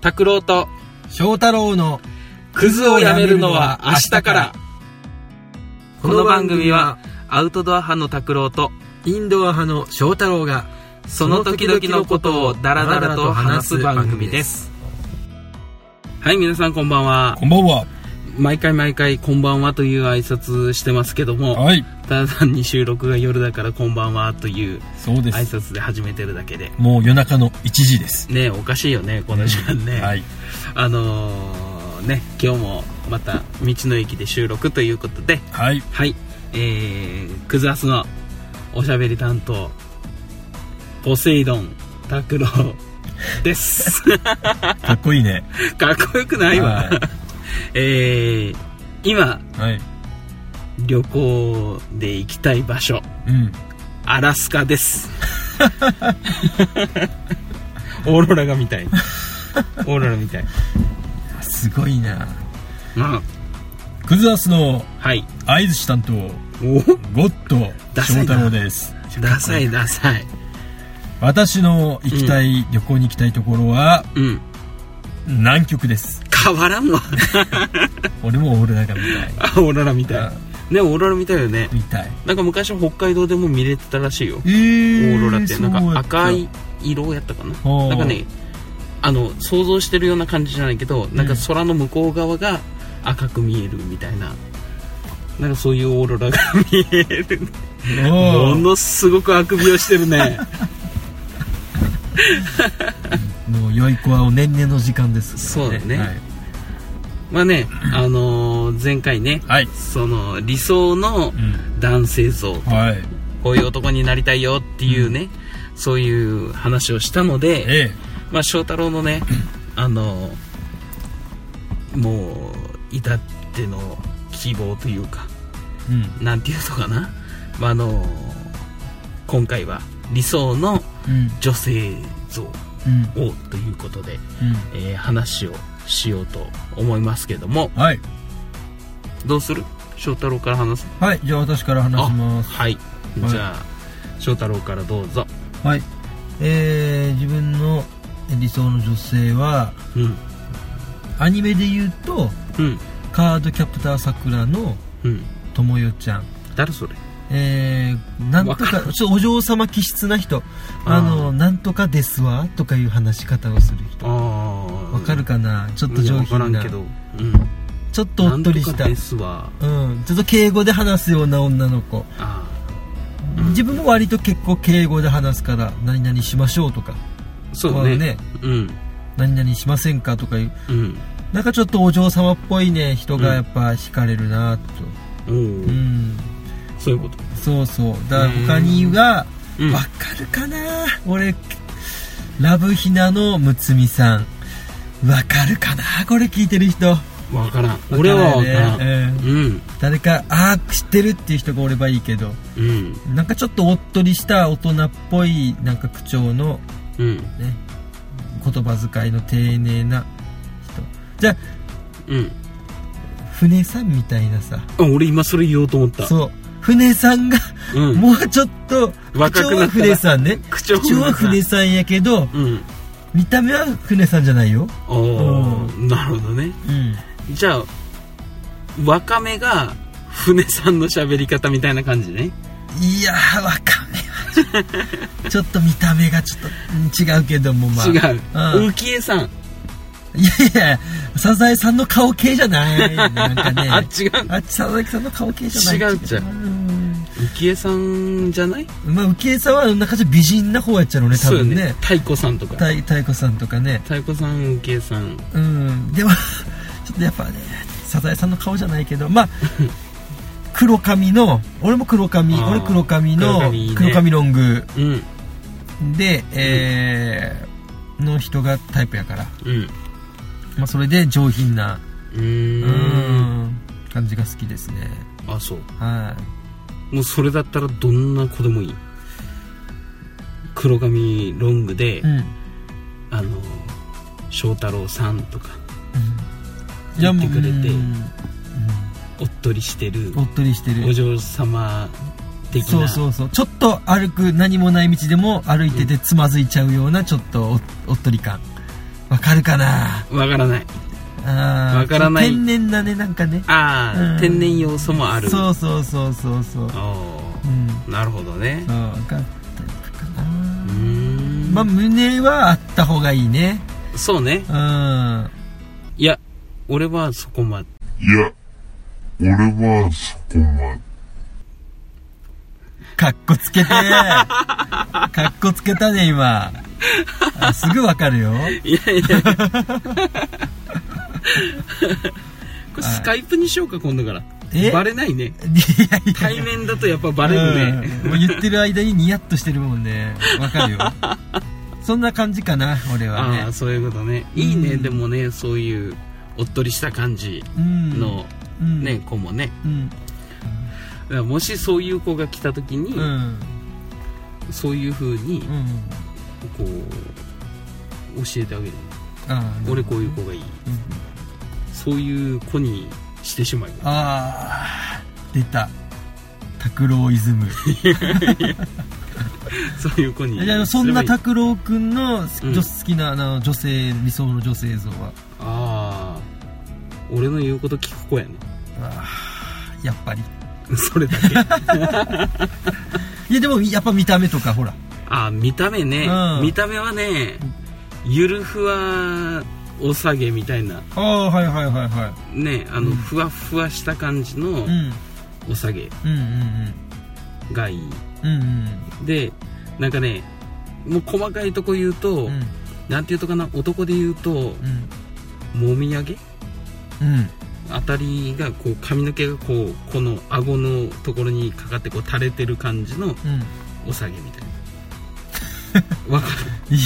拓郎と翔太郎のクズをやめるのは明日からこの番組はアウトドア派の拓郎とインドア派の翔太郎がその時々のことをダラダラと話す番組ですはい皆さんこんばんはこんばんは毎回毎回こんばんはという挨拶してますけどもはいただ単に収録が夜だからこんばんはというそうで挨す拶で始めてるだけでもう夜中の1時ですねえおかしいよねこの時間ね、はいあのーね今日もまた道の駅で収録ということではいはい、えー、クズアスのおしゃべり担当、ポセイドン拓郎 です。かっこいいねかっこよくないわ。はいえー、今、はい旅行で行きたい場所、うんアラスカです。 オーロラが見たい。オーロラみたい。すごいなうん。クズアスのはい。合図師担当おゴッドダ翔サいな太郎ですダサいダサい。私の行きたい、旅行に行きたいところはうん。南極です変わらんわ。俺もオールナガみ あオーロラみたたいい。ね、オーロラみたいよね。みたいなんか昔は北海道でも見れてたらしいよ、えーオーロラってなんか赤そうやい色やったかなほうなんかねあの想像してるような感じじゃないけどなんか空の向こう側が赤く見えるみたいななんかそういうオーロラが見えるったおもーのすごくあくびをしてるね もう良い子はお年々の時間ですそうだねまあねあのー前回ねはい、はいその理想のうん男性像はいこういう男になりたいよっていうね、そういう話をしたのでええまあ、翔太郎のね、あの、もう、至っての希望というか、うんなんていうのかな、まあ、あの、今回は理想のうん女性像をうんということで、えー話をしようと思いますけども、うんはいどうする翔太郎から話すはいじゃあ私から話しますはい。はいじゃあ、翔太郎からどうぞ。はいえー、自分の理想の女性はうん。アニメで言うとうん。カードキャプターさくらのうん。ともよちゃん誰それえー、なんとわかかちょっとお嬢様気質な人あのなんとかですわとかいう話し方をする人ああ。わかるかなちょっと上いやわから品んなけど。うん。ちょっとおっとりなしたんとかですわうん、ちょっと敬語で話すような女の子あ自分も割と結構敬語で話すから何々しましょうとかーそうねこねうん何々しませんかとかいううんなんかちょっとお嬢様っぽいね人がやっぱ惹かれるなとおーうん、そういうことそうそうだから他にはうんわかるかな俺ラブヒナのむつみさんわかるかなこれ聞いてる人わからん俺はわわからないんねうんうん誰かああ知ってるっていう人がおればいいけどうんなんかちょっとおっとりした大人っぽいなんか口調のうんね言葉遣いの丁寧な人じゃうんあ船さんみたいなさあ俺今それ言おうと思ったそう船さんが、うんもうちょっと若く口調なったらは船さんね口調は口調は船さんやけどうん見た目は船さんじゃないよおーなるほどねうんじゃあわかめが船さんの喋り方みたいな感じねいやーわかめはちょちょっと見た目がちょっとうん違うけどもまあ違ううん浮江さんいやいやサザエさんの顔系じゃないなんかねあ違うあ佐々木さんの顔系じゃない違うじゃんん浮江さんじゃないまあ浮江さんはなんかちょっと美人な方やっちゃうのね多そうよ分ねね太鼓さんとかたい太鼓さんとかね太鼓さん浮江さんうんでも ちょっとやっぱねサザエさんの顔じゃないけど まあ黒髪の俺も黒髪あー俺黒髪の黒黒髪いい髪,、ねロングうんで、えーの人がタイプやから、うんまあ、それで上品なうーうんん感じが好きですねあそうはもうそれだったらどんな子でもいい黒髪ロングで、い、うんうんあの翔太郎さんとかいや言ってくれてうんおっとりしてるうんおっとりしてるお嬢様的なそうそうそうちょっと歩く何もない道でも歩いててつまずいちゃうようなちょっとおおっとり感わかるかなわからないあーわからない天然だねなんかねああ、うん天然要素もあるそうそうそうそうそううんあーなるほどねそうわかったかなうーんまあ胸はあった方がいいねそうねうんいや俺はそこ までいや、俺はそこまで。かっこ つけてかっこつけたね今あすぐわかるよいやいやこれスカイプにしようか今度からえバレないねいやいや対面だとやっぱバレるね、うんもう言ってる間にニヤッとしてるもんねわかるよそんな感じかな俺はあねあそういうことねいいね、うんでもねそういうおっとりした感じうんの、うんね子もねうんだからもしそういう子が来た時に、うんそういう風にうんこう教えてあげるあー俺こういう子がいいうんそういう子にしてしまうあー出た拓郎イズムそういう子にじゃあそすんなればいい拓郎くんのうん女好きなあの女性理想の女性像はああ俺の言うこと聞く子やねあーやっぱりそれだけいやでもやっぱ見た目とかほらああ見た目ね、うん見た目はねゆるふわおさげみたいなああはいはいはいはねあの、うんふわふわした感じのうんおさげうんがいいうんうんうんでなんかねもう細かいとこ言うと、うんなんていうとかな男で言うともみあげうんうんあたりがこう髪の毛がこうこの顎のところにかかってこう垂れてる感じのうんお下げみたいなわか いい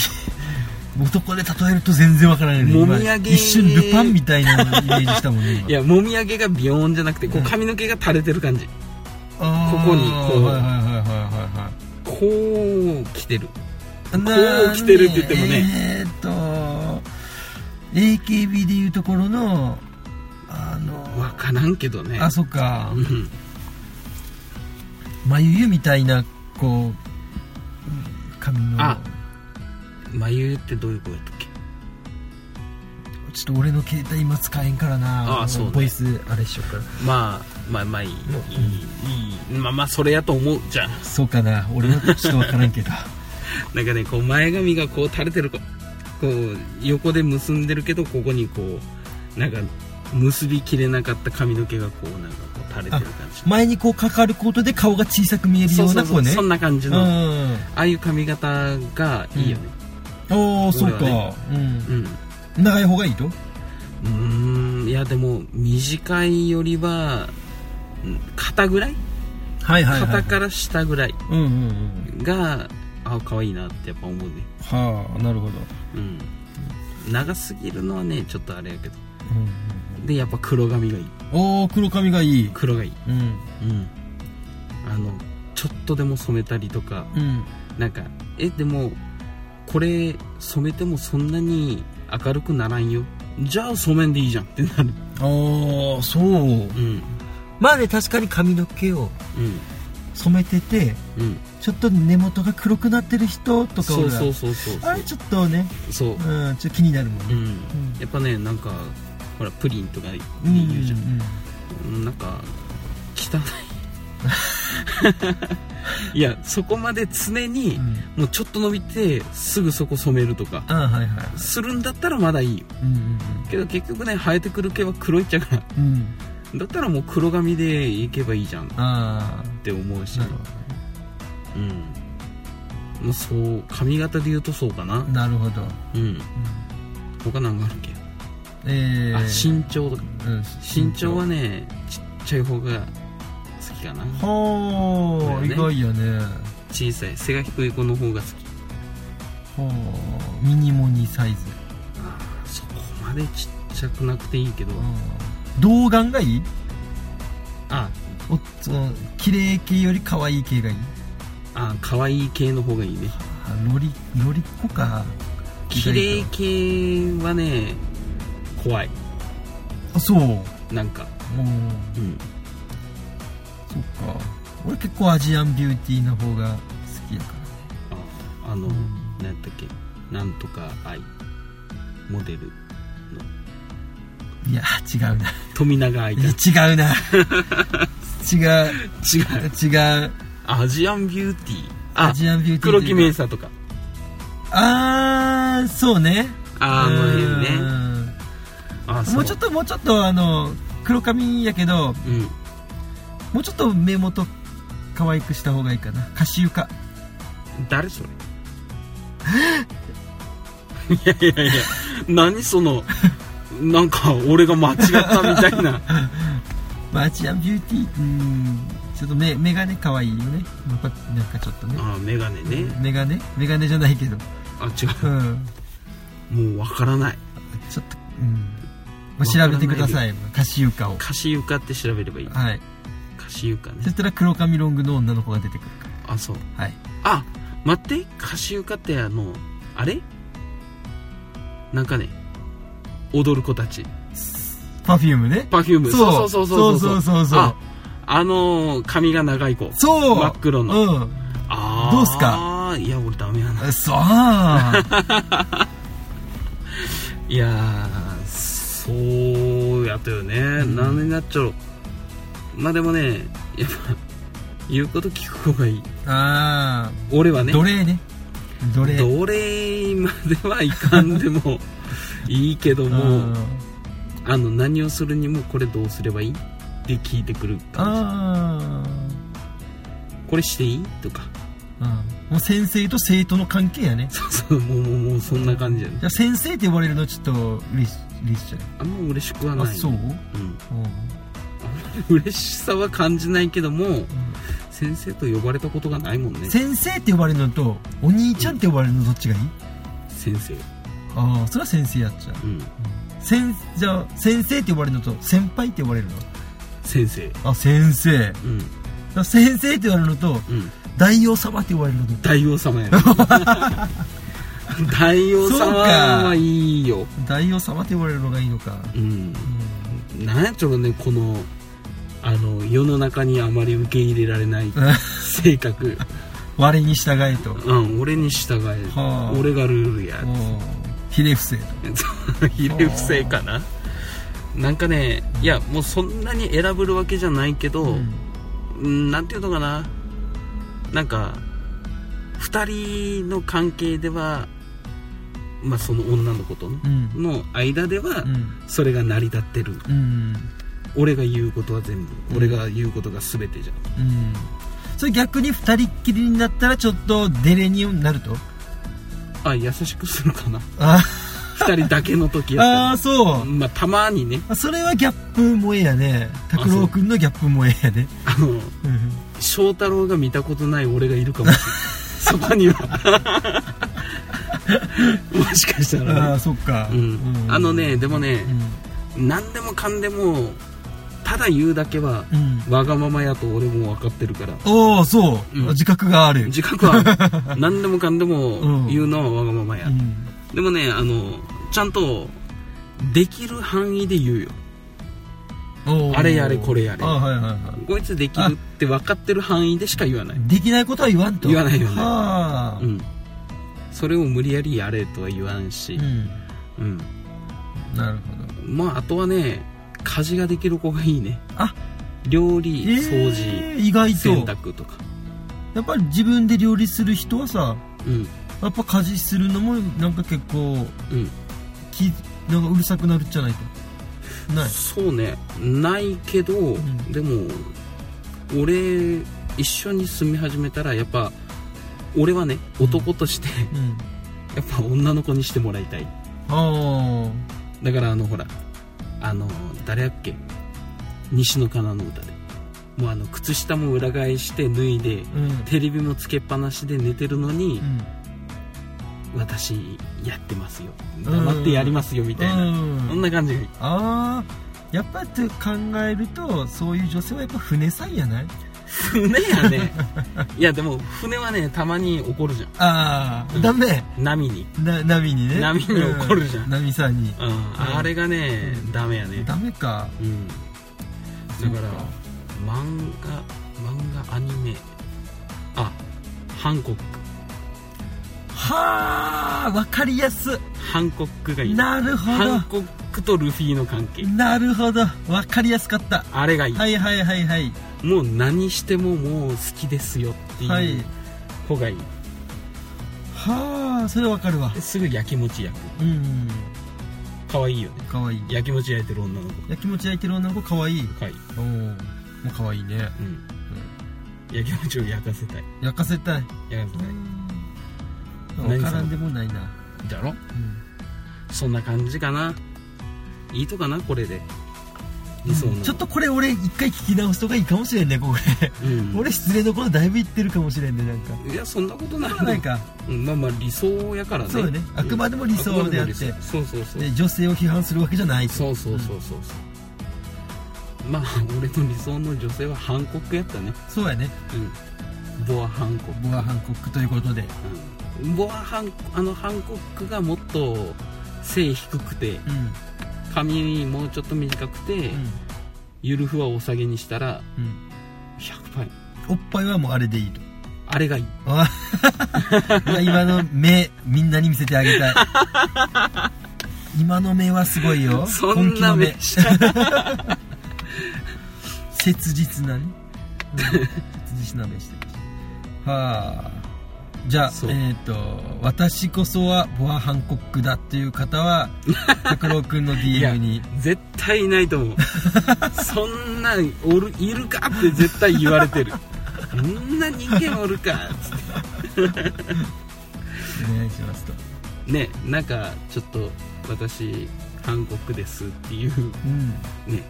男で例えると全然わからないねもみあげ今一瞬ルパンみたいなイメージしたもんね今るいやもみあげがビヨーンじゃなくてこううん髪の毛が垂れてる感じあーここにこうはいはいはいはいはいはいこう来てるこう着てるって言ってもねえーっと AKB でいうところのあのわからんけどねあそっかうん眉毛みたいなこううん髪のあ眉ってどういう声だっけちょっと俺の携帯今使えんからなあそうねボイスあれしようかまあまあまあいいいいいいまあまあそれやと思うじ ゃんそうかな俺のちょっとわからんけど なんかねこう前髪がこう垂れてるここう横で結んでるけどここにこうなんか結びきれなかった髪の毛がこうなんかこう垂れてる感じ前にこうかかることで顔が小さく見えるそよううそなうそ子うねそんな感じうんの、ああいう髪型がいいよねおおそうか、俺はうんううん長い方がいいとーんいやでも短いよりはうん肩ぐらいはいは肩から下ぐらいうんうんうんがあ可愛いなってやっぱ思うねはあなるほど、うん長すぎるのはねちょっとあれやけどうんでやっぱ黒髪がいいおお黒髪がいい黒がいいうんうん、あのちょっとでも染めたりとかうんなんかえでもこれ染めてもそんなに明るくならんよじゃあ染めんでいいじゃんってなるああそううんまあね確かに髪の毛を染めててうんうんちょっと根元が黒くなってる人とかそほうらそうそうそうあれちょっとね、そううん、ちょっと気になるもんうねんうんやっぱねなんかほらプリンとか言うんうじゃん、うんなんか汚いいやそこまで常にうんもうちょっと伸びてすぐそこ染めるとかああはいはいするんだったらまだいいようんけど結局ね生えてくる毛は黒いっちゃうからうんうんうんだったらもう黒髪でいけばいいじゃんっあて思うしあなるほうんもうそう髪型で言うとそうかなどなるほど、うんうん他何があるっけ、えー、あ身長とかうん身長はねちっちゃい方が好きかなはあ、だ意よね外やね小さい背が低い子の方が好きはあミニモニサイズ、そこまでちっちゃくなくていいけど、うん、童顔がいいあおその綺麗系より可愛い系がいいあ可愛い系の方がいいねあロリロリっ子か綺麗系はね怖いあそうおなんかーうんそっか俺結構アジアンビューティーな方が好きやかああの、なんやったっけなんとか愛モデルいや違うな富永 愛ちゃん違違 うな違うう違うアジアンビューティーアあジアンビューティー黒木メイスサとかあーそうねああの辺ねねあもうちょっともうちょっとあの黒髪やけどとうんもうちょっと目元可愛くした方がいいかなカシユカ誰それ いやいやいや何そのなんか俺が間違ったみたい なまあ、アジアンビューティーうんちょっと目目がね可愛いよねなんかなんかちょっとねああ眼鏡ねメガネメガネじゃないけどあ違ううんもうわからないちょっとうん、まあ、調べてくださいカシユカをカシユカって調べればいいはいカシユカそねしたら黒髪ロングの女の子が出てくるかあそうらはいあ待ってカシユカってあのあれなんかね踊る子たちパフュームねパフュームそうそうそうそうそうそうそうそうそうああのー髪が長い子そう真っ黒のうんああどうすかいや俺ダメやなそういやーそうやったよね、ん何になっちゃうまあでもねやっぱ言うこと聞く方がいいああ俺はね奴隷ね奴隷奴隷まではいかんで もいいけどもあの何をするにもこれどうすればいいって聞いてくる感あじこれしていいとかあもう先生と生徒の関係やねそうそうもうもうもうそんな感じやねじゃあ先生って呼ばれるのちょっと嬉し嬉しいじゃないあんま嬉しくはあないそう、うんうん、嬉しさは感じないけども先生と呼ばれたことがないもんね先生って呼ばれるのとお兄ちゃんって呼ばれるのどっちがいい先生ああそれは先生やっちゃううん先じゃあ先生って呼ばれるのと先輩って呼ばれるの先生あ先生だかうんら先生って呼ばれるのとうん大王様って呼ばれるのと大王様や 大王様はいいよ大王様って呼ばれるのがいいのか、うんうなんやちょろねこのあの世の中にあまり受け入れられないん、 性格我に従えとうん俺に従え、はあ俺がルールやおうひれ伏せとそうひれ伏せかななんかねいやもうそんなに選ぶるわけじゃないけど、うんうん、なんていうのかななんか2人の関係ではまあその女の子とねうんの間ではうんそれが成り立ってるうん俺が言うことは全部、うん俺が言うことが全てじゃんうんそれ逆に二人っきりになったらちょっとデレになるとあ優しくする かなあ2人だけの時やあっーそたらまあたまにねうそれはギャップ萌えやね拓郎君のギャップ萌えやねあのうん翔太郎が見たことない俺がいるかもし れないそこにはもしかしたらあねあそっか、うん、あのねでもね、う何でもかんでもただ言うだけはん、うん、わがままやと俺も分かってるからおおそう、うん自覚がある自覚 は何でもかんでも言うのはわがままや、うんでもねあのちゃんとできる範囲で言うよおーあれやれこれやれあはいはいはこいつできるって分かってる範囲でしか言わないいできないことは言わんと言わないよねはあうんそれを無理やりやれとは言わんしう、んうんなるほどまああとはね家事ができる子がいいねあ料理掃除えー意外と洗濯とかやっぱり自分で料理する人はさうんやっぱ家事するのもなんか結構うんきなんかうるさくなるんじゃないとないそうねないけど、んでも俺一緒に住み始めたらやっぱ俺はね男として、 うんやっぱ女の子にしてもらいたいあだからあのほらあの誰やっけ西野カナの歌でもうあの靴下も裏返して脱いであうんうんテレビもつけっぱなしで寝てるのに、私やってますよ黙ってやりますよみたいな、うんそんな感じがいい ああやっぱって考えるとそういう女性はやっぱ船さんやない船やねいやでも船はねたまに怒るじゃんああ、うんダメ波に、な波にね波に怒るじゃんう波さんにうん、あれがね、ダメやねダメかうんだからそうか漫画漫画アニメあ韓国はわあわかりやすハンコックがいいなるほハンコックとルフィの関係どなるほどわかりやすかったあれがいい、はいはいはいはいもう何してももう好きですよってはいうい子がいい、はあそれわかるわですぐやきもち焼うんくかわいいよねかわいいやきもち焼いてる女の子やきもち焼いてる女の子かわいいかわいい、おおもうかわいいねうん、やきもちを焼かせたい焼かせたい焼かせたいわからんでもないなだろうんそんな感じかないいとかなこれで理想の、ちょっとこれ俺一回聞き直すとかいいかもしれんねこれうん俺失礼のことだいぶ言ってるかもしれんねなんかいやそんなことないなんかうんまあまあ理想やからねそうだねあくまでも理想であってくまも理想そうそうそうで女性を批判するわけじゃないとそうそうそうそうそうまあ俺の理想の女性はハンコックやったねそうやねうんボアハンコックボア・ハンコックということでうんボアハンあのハンコックがもっと背低くてうん髪もうちょっと短くて、ゆるふわお下げにしたらうんうん100倍おっぱいはもうあれでいいとあれがいい あ今の目みんなに見せてあげたい今の目はすごいよ そんなめ目っちゃ切実なねうん切実な目してるはあじゃあそうえっ、と私こそはボア・ハンコックだっていう 方は拓郎くんのいや DM に絶対いないと思うそんなんおるいるかって絶対言われてるそんな人間おるかつっお願いしますとてねなんかちょっと私ハンコックですっていううんうんね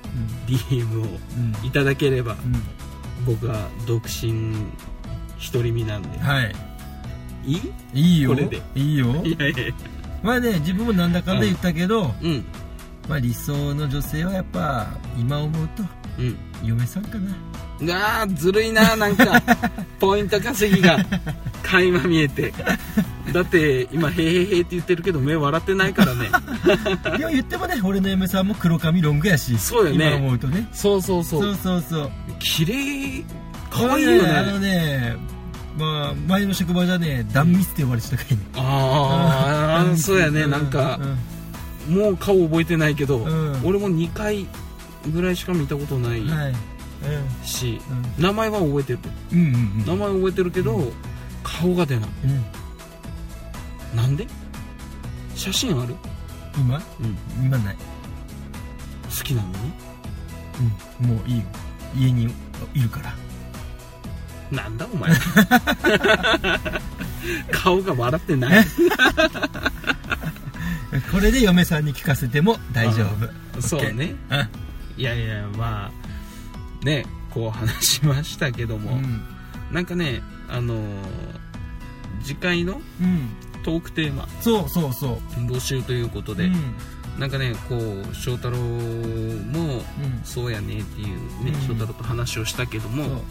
DM をうんいただければう僕は独身独り身なんでんはいいいいいよこれでいいよいやいやまあね自分もなんだかんだ言ったけど、うんまあ、理想の女性はやっぱ今思うとうん嫁さんかな うわーずるいななん かポイント稼ぎが垣間見えてだって今「へーへーへー」って言ってるけど目笑ってないからねでも言ってもね俺の嫁さんも黒髪ロングやしそうよね今思うとねそうそうそそううそうそう綺麗可愛いよこれあねのねまあ前の職場じゃね断蜜って呼ばれてたからねあうあんそうやねうなんかうんもう顔覚えてないけどうん俺も2回ぐらいしか見たことないはいしうん名前は覚えてるうんうんうん名前覚えてるけど顔が出ないうんなんで写真ある今うん今ない好きなのにうんもういいよ家にいるからなんだお前 顔が笑って ないこれで嫁さんに聞かせても大丈夫そうねうんいやいやまあねこう話しましたけども、なんかねあのー次回のうん、うん、トークテーマそうそうそう募集ということで、うんなんかねこう翔太郎もうんそうやねっていうね、うん翔太郎と話をしたけどそうも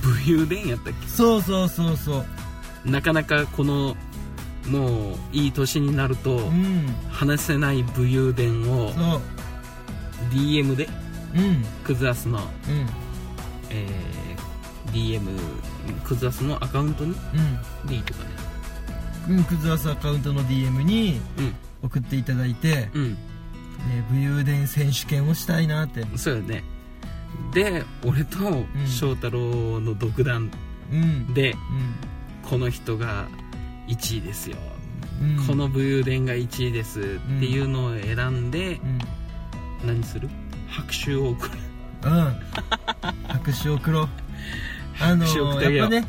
武勇伝やったっけそうそうそうそうなかなかこのもういい年になるとうん話せない武勇伝をそう DM でうんクズアスの、うんえー DM クズアスのアカウントにでいいとかねうんうんクズアスアカウントの DM にう送っていただいて、んうんね、武勇伝選手権をしたいなってそうよねで俺と翔太郎の独断うんで、うこの人が1位ですよ、んうんこの武勇伝が1位ですっていうのを選んで、うん何する拍手を送るうん拍手を送ろ うあの拍手を送ってあげやよっうぱね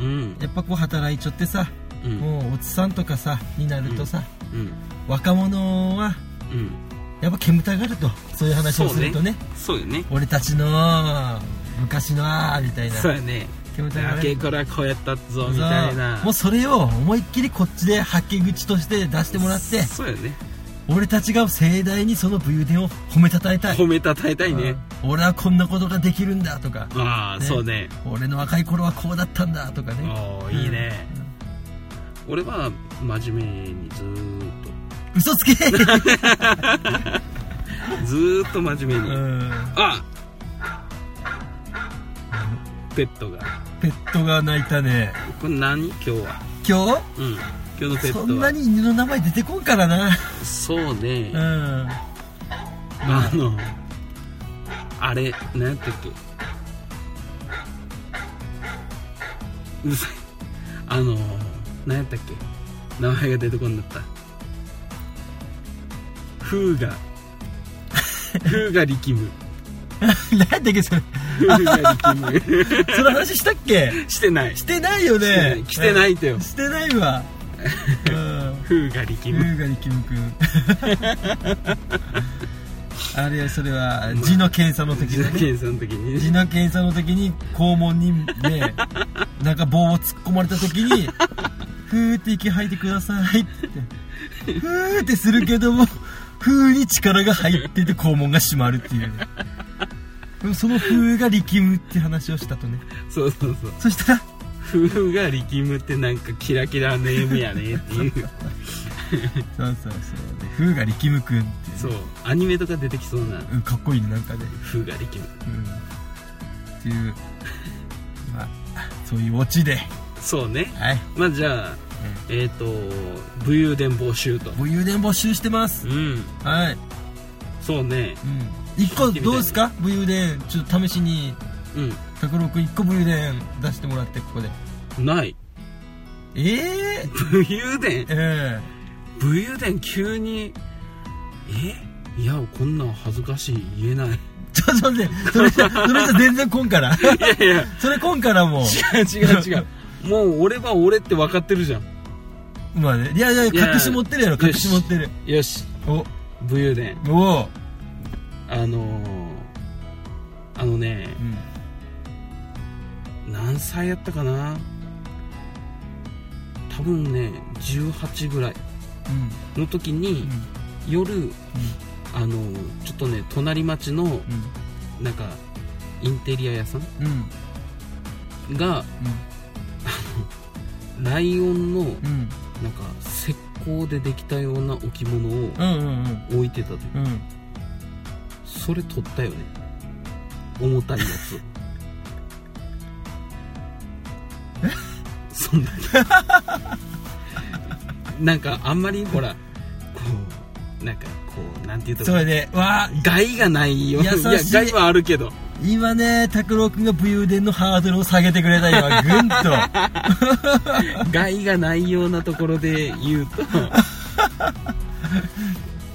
うんやっぱこう働いちょってさ、うんもうおっさんとかさになるとさ、うん若者はうんやっぱ煙たがるとそういう話をするとねそうよね俺たちの昔のあーみたいなそうよね煙たがあるけこらこうやったぞみたいなもうそれを思いっきりこっちで吐き口として出してもらってそうよね俺たちが盛大にその武勇伝を褒めたたえたい褒めたたえたいね、うん俺はこんなことができるんだとかああ、ねそうね俺の若い頃はこうだったんだとかねおおいいね、俺は真面目にずー っ嘘つけとずーっと真面目うに、んあペットがペットが泣いたねこれ何今日は今日うん今日のペットそはんなに犬の名前出てこんからなそうね、うんああのあれ何やったっけうるさいあの何やったっけ名前が出てこんなった風が風が力む何だっけそれ風が力むその話したっけしてないしてないよねしてないしてないってよしてないわうん風が力優む雅にキム君 あれよそれは字の検査の時自だ打ね検査の時に字の検査の時に肛門にねなんか棒を突っ込まれた時に「ふーって息吐いてください」って「ふーってするけども「ふー」に力が入ってて肛門が閉まるっていうねでもその「ふー」が力むって話をしたとねそうそうそうそしたら風が力むってなんかキラキラネームやねっていう「そうそうそう」で「ふー」が力むくんってねそうアニメとか出てきそうなうんかっこいいねなんかね風が力むうんっていう、 まあ、そういうオチで、そうねはい、まあじゃあえっ、と武勇伝募集とご友伝募集してますう。んはい、そうねうん、一個どうですか、武勇伝、ちょっと試しに、う拓郎くん一個武勇伝出してもらって、ここで。んない ええ武勇伝え武勇伝急にえいやこんなん恥ずかしい言えないえちょっと待って、それじゃ、それじゃ全然こんから。いやいやそれこんからも違う違う違うもう俺は俺って分かってるじゃんう、まあね、いやいや、いや隠し持ってるやろ、よ隠しし持ってる。よしお、武勇伝おう、あのー、あのねうん、何歳やったかな多分ね18ぐらいうん、の時に、うん、夜、あのちょっとね隣町のなんかインテリア屋さんうん、うん、がライオンのうん、なんか石膏でできたような置物をうん、うん、うん、うん、置いてたとうん。それ取ったよね重たいやつそんななんかあんまりほらこうなんかこうなんて言うとそれで、わあ、害がないよ優しいいや害はあるけど今ね、拓郎くんが武勇伝のハードルを下げてくれた今、ぐんと。 害がないようなところで言 うと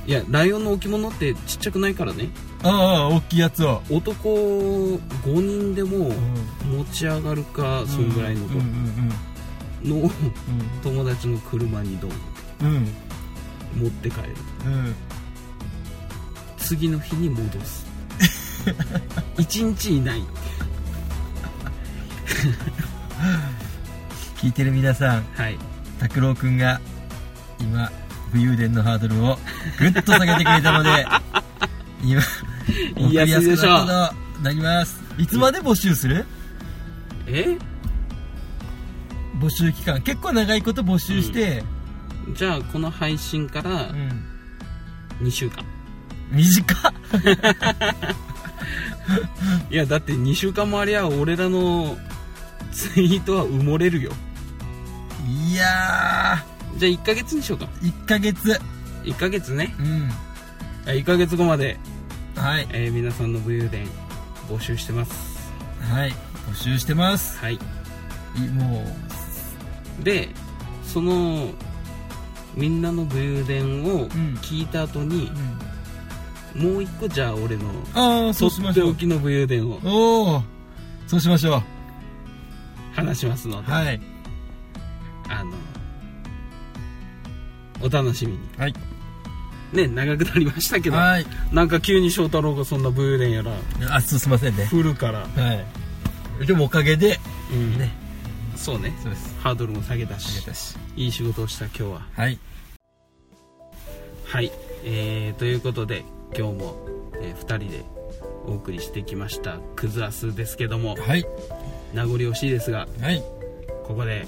いやライオンの置物ってちっちゃくないからねああ、大きいやつを。男5人でもう持ち上がるかそんぐらいのうんうんのを友達の車にドンうんうん。うん。持って帰るうん。次の日に戻 す1日いない聞いてる皆さん、はい拓郎くんが、今、武勇伝のハードルをぐっと下げてくれた ので、今、言いやすいでしょう送りやすくなったとなります。いつまで募集するえ募集期間。結構長いこと募集して、じゃあこの配信からうん。 2週間短っ。いやだって2週間もありゃ俺らのツイートは埋もれるよいじやゃあ1ヶ月にしようかー、1ヶ月。 1ヶ月ねうん。 1ヶ月後まで、はい。えー皆さんの武勇伝募集してますはい募集してますはいいもうでそのみんなの武勇伝をん聞いた後に、もう一個じゃあ俺のああとそうしまっしてょおうきの武勇伝をおおそうしましょう話しますので、はいあのお楽しみにはいね長くなりましたけどはいなんか急に翔太郎がそんな武勇伝やらあそうすいませんね振るから、はいでもおかげでうんねそうねそうですハードルも下げたしたしいい仕事をした今日ははいはい、えー、ということで今日も、え2人でお送りしてきました「クズアス」ですけどもはい名残惜しいですがはいここで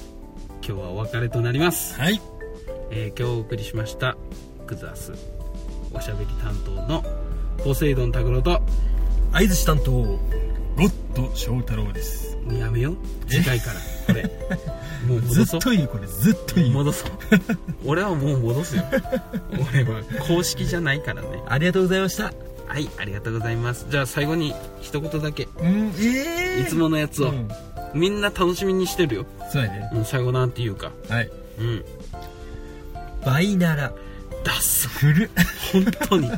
今日はお別れとなります、はいえー今日お送りしました「クズアス」おしゃべり担当のポセイドン拓郎と相槌担当ロッド翔太郎ですもうやめよう次回からこ れもうず戻っそうと言うこれずっと言う戻そう 俺はもう戻すよ俺は公式じゃないからねありがとうございましたはいありがとうございますじゃあ最後に一言だけいうんええつものやつを、うんみんな楽しみにしてるよ、そうやねうん、最後なんていうかはいうんバイならダッサ古っ本当に